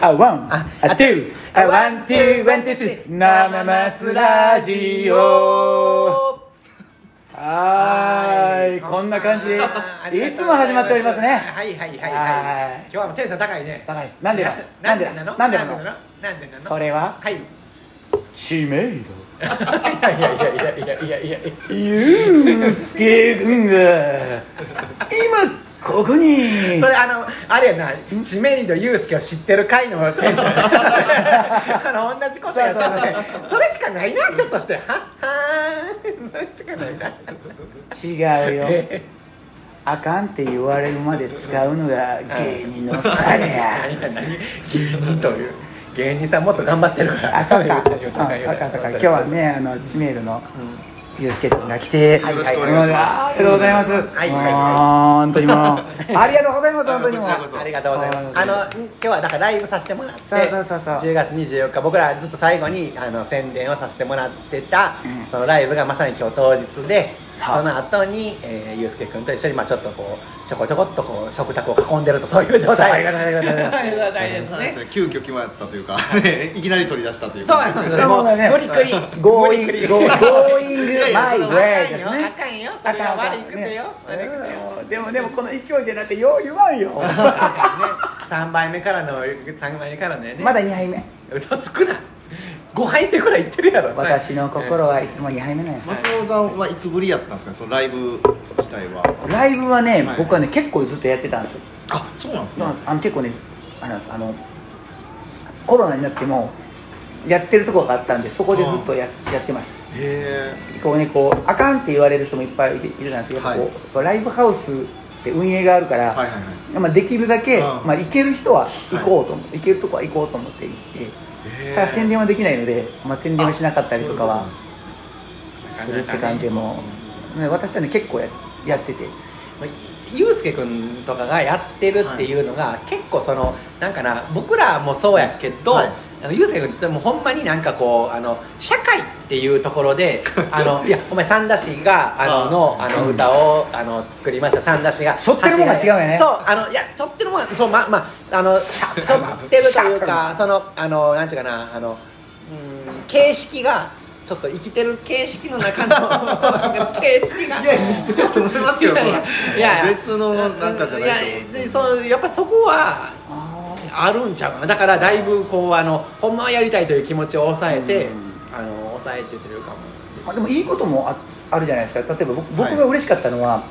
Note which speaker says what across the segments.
Speaker 1: あ、ワン、
Speaker 2: あ
Speaker 1: あ、ツー、あ、ワン、ツー、ワン、ツー、ツー、生松ラジオ。はーい、こんな感 じで、いつも始まっておりますね。
Speaker 2: はいはいはいはい
Speaker 1: は
Speaker 2: 今日はテンション高いね
Speaker 1: 高いなんでだ
Speaker 2: なんでなの
Speaker 1: なんでなの
Speaker 2: なんでなのなんでなの
Speaker 1: それは
Speaker 2: はい い
Speaker 1: 知名
Speaker 2: やいやいやいやいやいやいや
Speaker 1: 度、ゆうすけ君が、 今、ここに
Speaker 2: そ、れあのあれやな知名度ユースケを知ってる回の テンションあの同じことやったねそれしかないな人としてはっはーんそれしかないな
Speaker 1: 違うよ。
Speaker 2: え
Speaker 1: あかんって言われるまで使うのが芸人のされや。
Speaker 2: 何何芸人という芸人さんもっと頑張ってるから
Speaker 1: あ、そっか。あ、そ
Speaker 2: 大丈
Speaker 1: っ
Speaker 2: 夫
Speaker 1: か、
Speaker 2: 大丈夫
Speaker 1: そっか。今日はね、あの、知名度の、ゆうすけ君が来て、
Speaker 3: は
Speaker 1: はい
Speaker 3: いよろしくお願いします
Speaker 1: ありがとうございます。
Speaker 2: はいお願いします
Speaker 1: 本当にもう、ありがとうございます、本当にもう
Speaker 3: こちらこそ
Speaker 2: ありがとうございます。あの今日はだからライブさせてもらって、
Speaker 1: そうそうそうそう
Speaker 2: 10月24日僕らずっと最後にあの宣伝をさせてもらってた、
Speaker 1: うん
Speaker 2: そのライブがまさに今日当日で、
Speaker 1: そ
Speaker 2: そうの後に、えー、ゆうすけくんと一緒にまあちょっとこうちょこちょこっとこう食卓を囲んでるとそういう状態。
Speaker 1: ありがとうありがとうありがとう
Speaker 2: ありがたいです
Speaker 3: そうです
Speaker 2: ね。
Speaker 3: ね急遽決まったというかね いきなり取り出したという
Speaker 2: そう
Speaker 3: か
Speaker 2: なんです
Speaker 1: なるほどね
Speaker 2: 無理くり。
Speaker 1: ゴーイ
Speaker 2: 無理く
Speaker 1: ン
Speaker 2: り
Speaker 1: グ、ゴーゴーイング
Speaker 3: いやい、や
Speaker 1: マイウ
Speaker 3: そ
Speaker 1: ェイです
Speaker 2: あ
Speaker 1: ね。
Speaker 2: かんよあかんよそれは悪い癖よ
Speaker 1: あかんあかんねうんでもでもこの勢いじゃなくてよう言わんよ
Speaker 2: 三杯目からの三杯目からのね。
Speaker 1: まだ2杯目
Speaker 2: 嘘つくな5杯目くらい行ってるやろ
Speaker 1: 私の心はいつも2杯目なんです
Speaker 3: 松本さんはいつぶりやったんですかそのライブ自体は
Speaker 1: ライブはね
Speaker 3: はい
Speaker 1: 僕はね結構ずっとやってたんですよ
Speaker 3: あそうなんです
Speaker 1: そう
Speaker 3: ね
Speaker 1: なんですあの結構ねあのあのコロナになってもやってるとこがあったんでそこでずっとややってました
Speaker 3: へ
Speaker 1: こうねこうあかんって言われる人もいっぱいいているなんですけど、やっぱこうライブハウスって運営があるから、
Speaker 3: えはいはいはい
Speaker 1: まあ、できるだけ、
Speaker 3: うん
Speaker 1: まあ、行ける人は行こうと思って、行けるとこは行こうと思って行ってただ宣伝はできないので、まあ、宣伝はしなかったりとかはするって感じでもう、ね私はね結構ややってて
Speaker 2: ゆうすけくんとかがやってるっていうのが、結構そのなんかな僕らもそうやけど、
Speaker 3: はい
Speaker 2: あのゆうすけくんってもうほんまになんかこうあの社会っていうところであのいやお前三田氏があの
Speaker 3: あ
Speaker 2: のあの歌をあの作りました三田氏が
Speaker 1: 背負ってるもんが違うよね
Speaker 2: そうあのいやちょってるもんはそうままあのしょってるというかそのあのなんていうかなあのうん形式がちょっと生きてる形式の中のなんか形式が
Speaker 3: いや一緒だと思いますけど
Speaker 2: いやいやいやいや
Speaker 3: 別のなんかじゃないと思うん
Speaker 2: や
Speaker 3: です
Speaker 2: で
Speaker 3: けど
Speaker 2: そうやっぱそこはあるんちゃうかなだからだいぶこうあのほんまはやりたいという気持ちを抑えて、
Speaker 1: うん
Speaker 2: あの抑えてというかも
Speaker 1: まあ、でもいいこともああるじゃないですか例えば僕
Speaker 3: はい
Speaker 1: 僕が嬉しかったのは、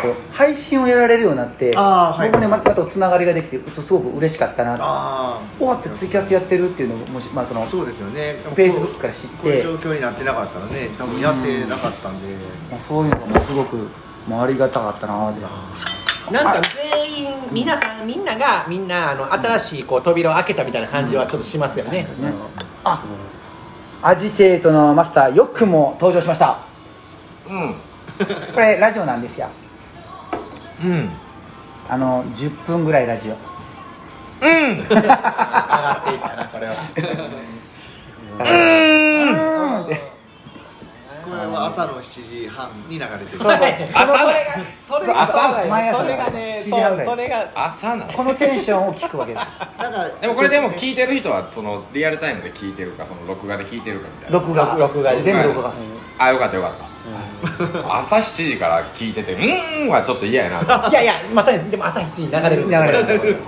Speaker 1: こう配信をやられるようになって、
Speaker 3: あーはい
Speaker 1: 僕ねままたつながりができてうつすごく嬉しかったな
Speaker 3: ああ
Speaker 1: 終わってツイキャスやってるっていうのももし、まあ、その
Speaker 3: そうですよね
Speaker 1: ページブックから知って
Speaker 3: こういう状況になってなかったらね多分やってなかったんで
Speaker 1: もうそういうのがもうすごくもうありがたかったなーで
Speaker 2: なんか全員皆さんみんながみんなあの新しいこう扉を開けたみたいな感じはちょっとしますよね、
Speaker 1: ねあアジテートのマスターよくも登場しました
Speaker 3: うん
Speaker 1: これラジオなんですよ
Speaker 3: うん
Speaker 1: あの10分ぐらいラジオ
Speaker 2: 上がっていったなこれは
Speaker 1: うんって
Speaker 3: これは朝の7時半に流れてる
Speaker 2: それがそれが
Speaker 1: 朝
Speaker 2: そうなん
Speaker 1: 毎
Speaker 2: よ
Speaker 1: 朝
Speaker 2: それがね
Speaker 1: 7時半ぐらい
Speaker 2: そ
Speaker 1: う
Speaker 2: それが
Speaker 4: 朝なの
Speaker 1: このテンションを聞くわけです
Speaker 3: なんか
Speaker 4: でもこれでも
Speaker 3: そうすね
Speaker 4: 聞いてる人はそのリアルタイムで聞いてるかその録画で聞いてるかみたいな
Speaker 1: 録画
Speaker 2: 録画です
Speaker 1: 全部録画です、
Speaker 4: あよかったよかった朝7時から聞いてて「うーん」はちょっと嫌やなと思っ
Speaker 2: いやいやまさにでも朝7時に流れる
Speaker 1: 流れる
Speaker 4: て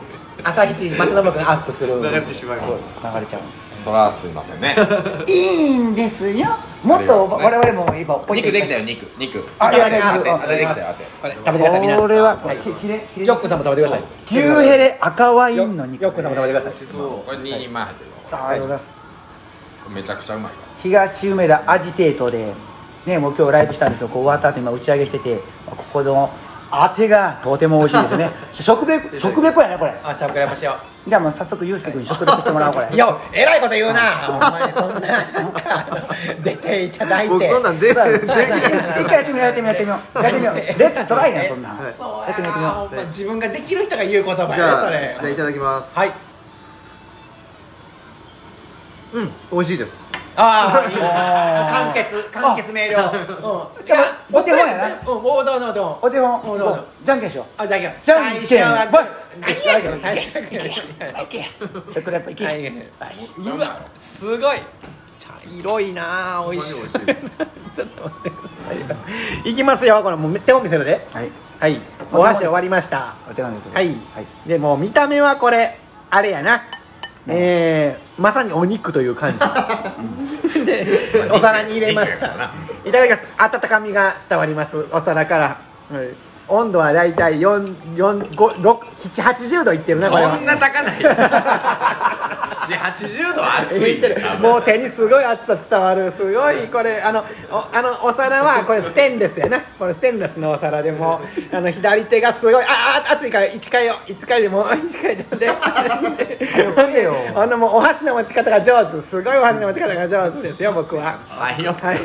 Speaker 2: 朝7時に松信君アップする
Speaker 3: 流れてしまいます
Speaker 1: そう流れちゃうんです
Speaker 4: そらすいませんね
Speaker 1: いいんですよもっと我々も今お
Speaker 4: 肉できたよ肉肉
Speaker 1: あいやいやいや
Speaker 4: 汗
Speaker 1: あ
Speaker 4: 汗できたよ汗
Speaker 2: これ食べてください皆さん
Speaker 1: これはこれ
Speaker 2: い
Speaker 1: ひれひれ
Speaker 2: ジョックさんも食べてください
Speaker 1: 牛ヘレ赤ワインの肉
Speaker 2: よっくんさんも食べてください
Speaker 3: 美味しそう
Speaker 4: これ2人前入ってるの
Speaker 1: ありがとうございます
Speaker 4: これめちゃくちゃうまいか
Speaker 1: 東梅田アジテートで、ね、もう今日ライブしたんですけどこう終わった後今打ち上げしててここのあてがとても美味しいです ね食レポ食レポやねこれ
Speaker 2: あしゃぶくれましょ
Speaker 1: じゃあもう早速ユースケ君に食レポしてもらおうこれ
Speaker 2: うよえらいこと言うなお前そんななんか出ていただいて
Speaker 3: 僕そんなん出
Speaker 1: さあ
Speaker 3: ない
Speaker 1: 一回やってみようやってみようやってみようやってみようレッツトライやんそんなん、
Speaker 3: はい
Speaker 2: そう
Speaker 1: やってみようやってみよ
Speaker 2: やな自分ができる人が言う言葉
Speaker 3: じゃ
Speaker 2: や
Speaker 3: あ、
Speaker 2: ねそ
Speaker 3: じゃあ
Speaker 2: れ
Speaker 3: いただきます。
Speaker 2: はい
Speaker 3: うん、美味しいです。
Speaker 2: ああいいな簡潔簡潔明瞭うんいや
Speaker 1: お手本やな
Speaker 2: うんおうどうぞどうぞ
Speaker 1: うお手本
Speaker 2: おうどうぞ
Speaker 1: じゃんけんしよう
Speaker 2: あじゃあ行きます
Speaker 1: じゃんけん
Speaker 2: 最初はグー何やけど最初だけど
Speaker 1: 行けや食レポ行け
Speaker 2: はい
Speaker 1: やわし
Speaker 2: うわすごい茶色いなあ美味しそう
Speaker 3: ほんまに美 味
Speaker 2: ちょっと待ってくださいよいきますよこれもう手を見せるで
Speaker 1: はい
Speaker 2: はいお箸終わりました
Speaker 1: お手本です
Speaker 2: はい、
Speaker 1: はい
Speaker 2: でもう見た目はこれあれやなえー、まさにお肉という感 じでお皿に入れましたいただきます温かみが伝わりますお皿から、はい温度はだいたい480度いってるなこれは
Speaker 4: そんな高ない80度暑
Speaker 2: い
Speaker 4: い
Speaker 2: ってるもう手にすごい熱さ伝わるすごいこれあのおあのお皿はこれステンレスやなこれステンレスのお皿でもうあの左手がすごいああ熱いから1回よ1回でも1回でもで
Speaker 1: 食えよ
Speaker 2: あのもうお箸の持ち方が上手すごいお箸の持ち方が上手ですよ僕は
Speaker 4: はいよ
Speaker 2: はい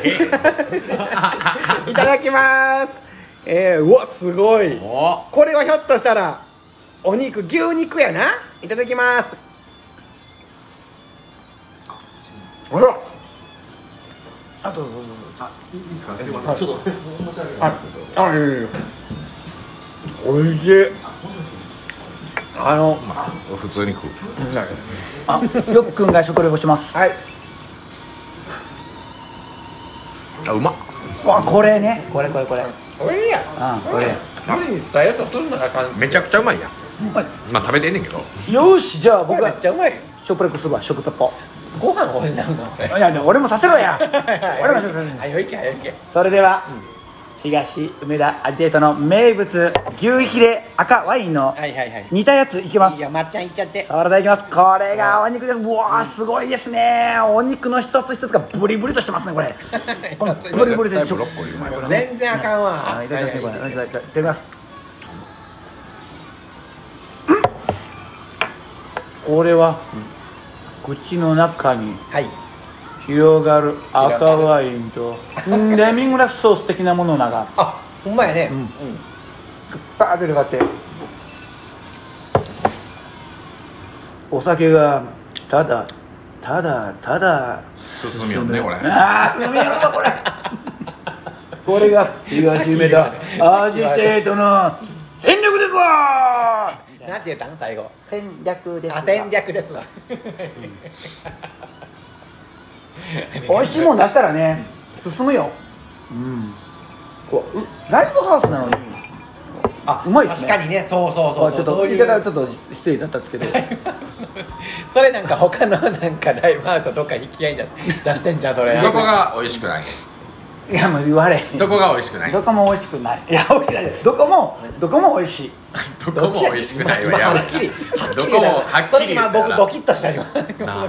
Speaker 2: いただきますえー、うわすごい
Speaker 4: お
Speaker 2: これはひょっとしたらお肉牛肉やないただきますあら
Speaker 1: あどうぞどうぞ
Speaker 3: あいいですかすいませんちょっと申し訳ない
Speaker 2: あ、あ、いやいやいやおいしいあの、
Speaker 4: まあ普通に食う
Speaker 1: あよっくんが食レポします
Speaker 2: はい
Speaker 4: あうまっ
Speaker 1: わこれねこれこれこれうん
Speaker 2: おいしいや
Speaker 1: これ
Speaker 2: ダイエットするのが感
Speaker 4: めちゃくちゃうまいやん
Speaker 1: ま
Speaker 4: まあ食べてんねんけど
Speaker 1: よしじゃあ
Speaker 2: こ
Speaker 1: 僕
Speaker 2: れめっ
Speaker 1: が
Speaker 2: ちゃうまい
Speaker 1: 食レポするわ食ペポ
Speaker 2: ご飯欲しいなるの
Speaker 1: いやいや俺もさせろや俺も食レポする
Speaker 2: はよいけはよいけ
Speaker 1: それでは、東梅田アジテートの名物牛ヒレ赤ワインの
Speaker 2: はいはいはい
Speaker 1: 煮たやついきます
Speaker 2: いやまっちゃんいっちゃって
Speaker 1: サラダいきますこれがお肉ですうわーすごいですねお肉の一つ一つがブリブリとしてますね これこのブリブリでしょ
Speaker 4: ブロッコリーうまい
Speaker 1: これね
Speaker 2: 全然あかんわ
Speaker 1: あいただきますこれいただきますうんこれは口の中に
Speaker 2: はい
Speaker 1: 広がる赤ワインとうんレミングラスソース的なものがが
Speaker 2: あうまいね
Speaker 1: んパーッと広がってお酒がただただただ
Speaker 4: 進みよねこれ
Speaker 1: ああ飲みようこれこれが東梅田アジテートの戦略ですわ
Speaker 2: なんて言ったの最後
Speaker 1: 戦略で
Speaker 2: あ戦略ですわ
Speaker 1: 美味しいもん出したらね進むようんこううライブハウスなのにあうまいです
Speaker 2: 確
Speaker 1: ね
Speaker 2: かにねそうそうそう
Speaker 1: あ
Speaker 2: そう
Speaker 1: ちょっ
Speaker 2: そ
Speaker 1: と
Speaker 2: うい
Speaker 1: 言
Speaker 2: う
Speaker 1: い方はちょっと失礼だったんですけど
Speaker 2: それなんか他のなんかライブハウスはどっか引き合いじゃん出してんじゃんそれ
Speaker 4: どこが美味しくない
Speaker 1: いやもう言われへん
Speaker 4: どこが美味しくない
Speaker 1: どこも美味しくないいや美味しくないどこもどこも美味しい
Speaker 4: どこも美味しくないよ
Speaker 2: まあ
Speaker 4: やば
Speaker 2: はいっきり
Speaker 4: どこもはっ
Speaker 2: そ
Speaker 4: き
Speaker 2: れ
Speaker 4: り
Speaker 2: 今
Speaker 4: 言う
Speaker 2: 僕
Speaker 4: から
Speaker 2: ドキッとしたよ
Speaker 4: なあ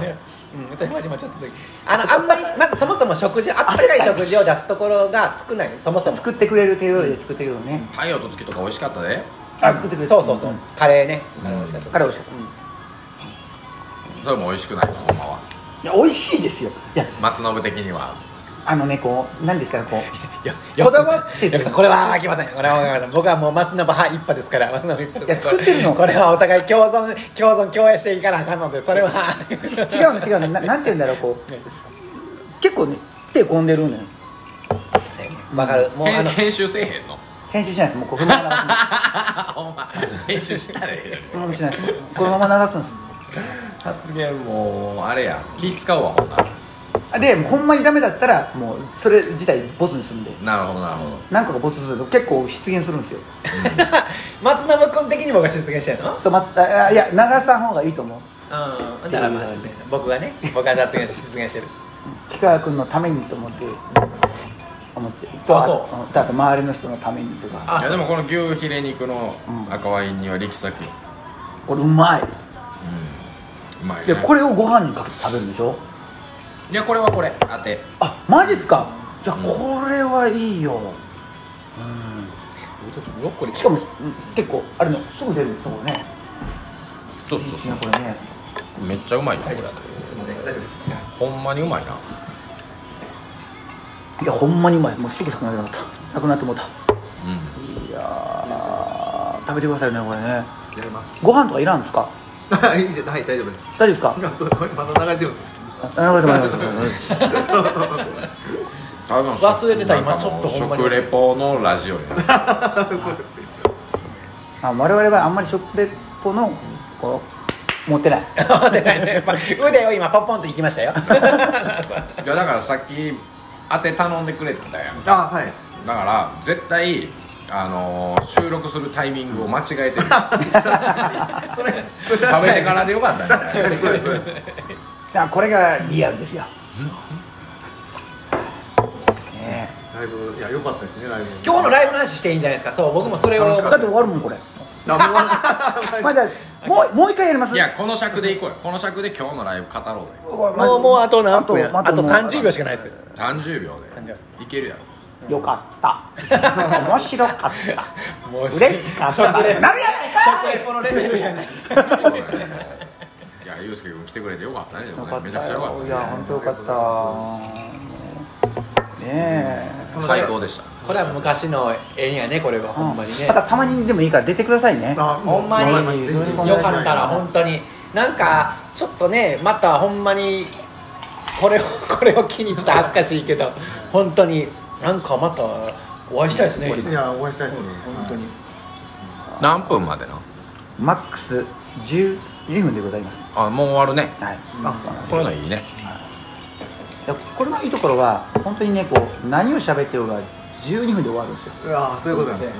Speaker 2: うん、それまで今ちょっとドキッあのあんまりまずそもそも食事あったかい食事を出すところが少ないそもそも
Speaker 1: 作ってくれる手料理で作ってくれるのね
Speaker 4: 太陽と月とか美味しかったで
Speaker 1: あ作ってくれる
Speaker 2: そうそうそう、
Speaker 1: ん
Speaker 2: カレーね
Speaker 4: ん
Speaker 2: カレー美味しかった
Speaker 1: 彼美味しかっ
Speaker 4: それも美味しくないわほんまは
Speaker 1: たいや美味しいですよいや
Speaker 4: 松信的には
Speaker 1: あのねこう何ですかねこ
Speaker 2: いや
Speaker 1: うこだわって
Speaker 2: いや
Speaker 1: て
Speaker 2: これはあきませんこれはあきません僕はもう松の葉一派ですから松の葉一派ですから
Speaker 1: いや作ってるの
Speaker 2: これはお互い共存共存共栄していかなあかんのでそれは
Speaker 1: ち違うの違うのななんて言うんだろうこう結構ね手込んでるのよ
Speaker 2: わかるもうあ
Speaker 4: 編
Speaker 2: の
Speaker 4: 編集せえへんの
Speaker 1: 編集しないですもうこのまま流しま
Speaker 4: あほんま編集したらええのに
Speaker 1: すうんしないですこのまま流すんです
Speaker 4: 発言もうあれや気使うわほんなら
Speaker 1: あでもうほんまにダメだったらもうそれ自体ボツにするんで
Speaker 4: なるほどなるほど
Speaker 1: 何個かボツすると結構出現するんですよ
Speaker 2: 松信君的に僕が出現してるの
Speaker 1: そう、ま、ああいや流した方がいいと思う
Speaker 2: うんだからまあ出現僕がね僕が出現出現してる
Speaker 1: 氷川君のためにと思って思ってと
Speaker 2: あそ
Speaker 1: とあと周りの人のためにとか
Speaker 2: あ
Speaker 4: いやでもこの牛ヒレ肉の赤ワインには力作
Speaker 1: これうまい
Speaker 4: うんうまい
Speaker 1: い
Speaker 4: ね
Speaker 1: やこれをご飯にかけて食べるんでしょ
Speaker 4: いやこれはこれ当て
Speaker 1: あマジっすかじゃあ
Speaker 4: うん
Speaker 1: これはいいよ
Speaker 2: ブロッコリ
Speaker 1: しかもうん結構あれのすぐ出るんですもんね
Speaker 4: そうそう
Speaker 1: い
Speaker 4: そ
Speaker 1: やこれね
Speaker 4: うめっちゃうまいよこれ
Speaker 2: すみません大丈夫です
Speaker 4: ほんまにうまいない
Speaker 1: やほんまにうまいもうすぐなくなりなかったなくなってもうた
Speaker 4: う
Speaker 1: いやー食べてくださいねこれね
Speaker 3: やります
Speaker 1: ご飯とかいらんですか
Speaker 3: はいいいじゃんはい大丈夫です
Speaker 1: 大丈夫ですか
Speaker 3: 今それまた流れてるんです
Speaker 1: あ流れてもらいます
Speaker 4: ん
Speaker 2: 忘れてた今ちょっとほんまに
Speaker 4: 食レ ポのラジオや
Speaker 1: あ我々はあんまり食レ歩のこう持ってない
Speaker 2: 慌てないね、まあ腕を今ポンポンと行きまし たよ
Speaker 4: いやだからさっき当て頼んでくれたやん
Speaker 3: あはい
Speaker 4: だから絶対あのー収録するタイミングを間違えて る食
Speaker 3: それ食べ
Speaker 4: べてからでよかったね
Speaker 1: だからこれがリアルですよね
Speaker 3: ライブいや良かったですねライブ
Speaker 2: 今日のラ
Speaker 3: イ
Speaker 2: イブの話していいんじゃないですかそう僕もそれを
Speaker 3: 楽し
Speaker 1: えだ
Speaker 3: か
Speaker 1: って終わるもんこれ
Speaker 3: ブ
Speaker 1: まだもうもう一回やります
Speaker 4: いやこの尺でいこうよこの尺で今日のライブ語ろうぜ
Speaker 2: もうもうあと何分やあ
Speaker 1: あと
Speaker 2: と
Speaker 1: もう
Speaker 2: 30秒しかないですよ
Speaker 4: 30秒でいけるやろ
Speaker 1: よかった 面白かった
Speaker 2: もう
Speaker 1: 嬉しかったなるやないか
Speaker 2: 食レポのレベルやない
Speaker 4: いやゆうすけ君来てくれてよかったねで
Speaker 1: よ
Speaker 4: も
Speaker 1: か
Speaker 4: ね
Speaker 1: っ
Speaker 4: めちゃ
Speaker 1: た
Speaker 4: くちゃよか
Speaker 1: よ
Speaker 4: っ
Speaker 1: い
Speaker 4: た
Speaker 1: や
Speaker 4: ね
Speaker 1: 本当よかったねえ
Speaker 4: 最高でした
Speaker 2: これは昔の縁やねこれはほんまにね
Speaker 1: またたまにでもいいから出てくださいね
Speaker 2: ほんまに
Speaker 1: わかりましたよろしくお願
Speaker 2: よ
Speaker 1: いします
Speaker 2: かったら本当になんかちょっとねまたほんまにこれをこれを機にちょっと恥ずかしいけど本当になんかまたお会いしたいですね
Speaker 3: いやお会いしたいですね
Speaker 2: 本当に
Speaker 4: 何分までな
Speaker 1: マックス12分でございます
Speaker 4: あもう終わるね
Speaker 1: はい
Speaker 3: あ
Speaker 1: そうなんです
Speaker 4: これのいいね
Speaker 1: いやこれのいいところは本当にねこう何を喋ってようが12分で終わるんですよ
Speaker 3: はいああそういうことなんですね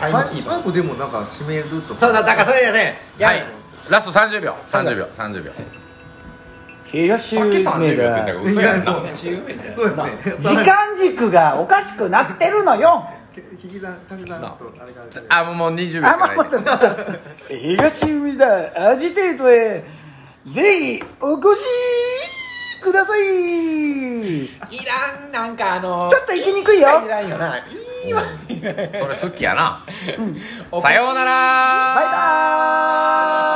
Speaker 2: タイムキーパー
Speaker 3: 最後でもなんか締めるとか
Speaker 2: そうそうだからそれやねや
Speaker 4: はいラスト30秒30秒30秒
Speaker 1: ケラシューメだ
Speaker 4: ど嘘やんな
Speaker 3: そうです
Speaker 1: 時
Speaker 3: ね
Speaker 1: 間軸がおかしくなってるのよ
Speaker 3: 引き算足し算とあれがあるんで
Speaker 4: あもうもう20秒し
Speaker 1: あ、
Speaker 4: か
Speaker 1: ま
Speaker 4: ない
Speaker 1: 待って待って東海だアジテートへぜひお越しください
Speaker 2: いらんなんかあの
Speaker 1: ちょっと行きにくいよ
Speaker 2: いらんよないいわ
Speaker 4: それ好きやなさようなら
Speaker 1: バイバーイ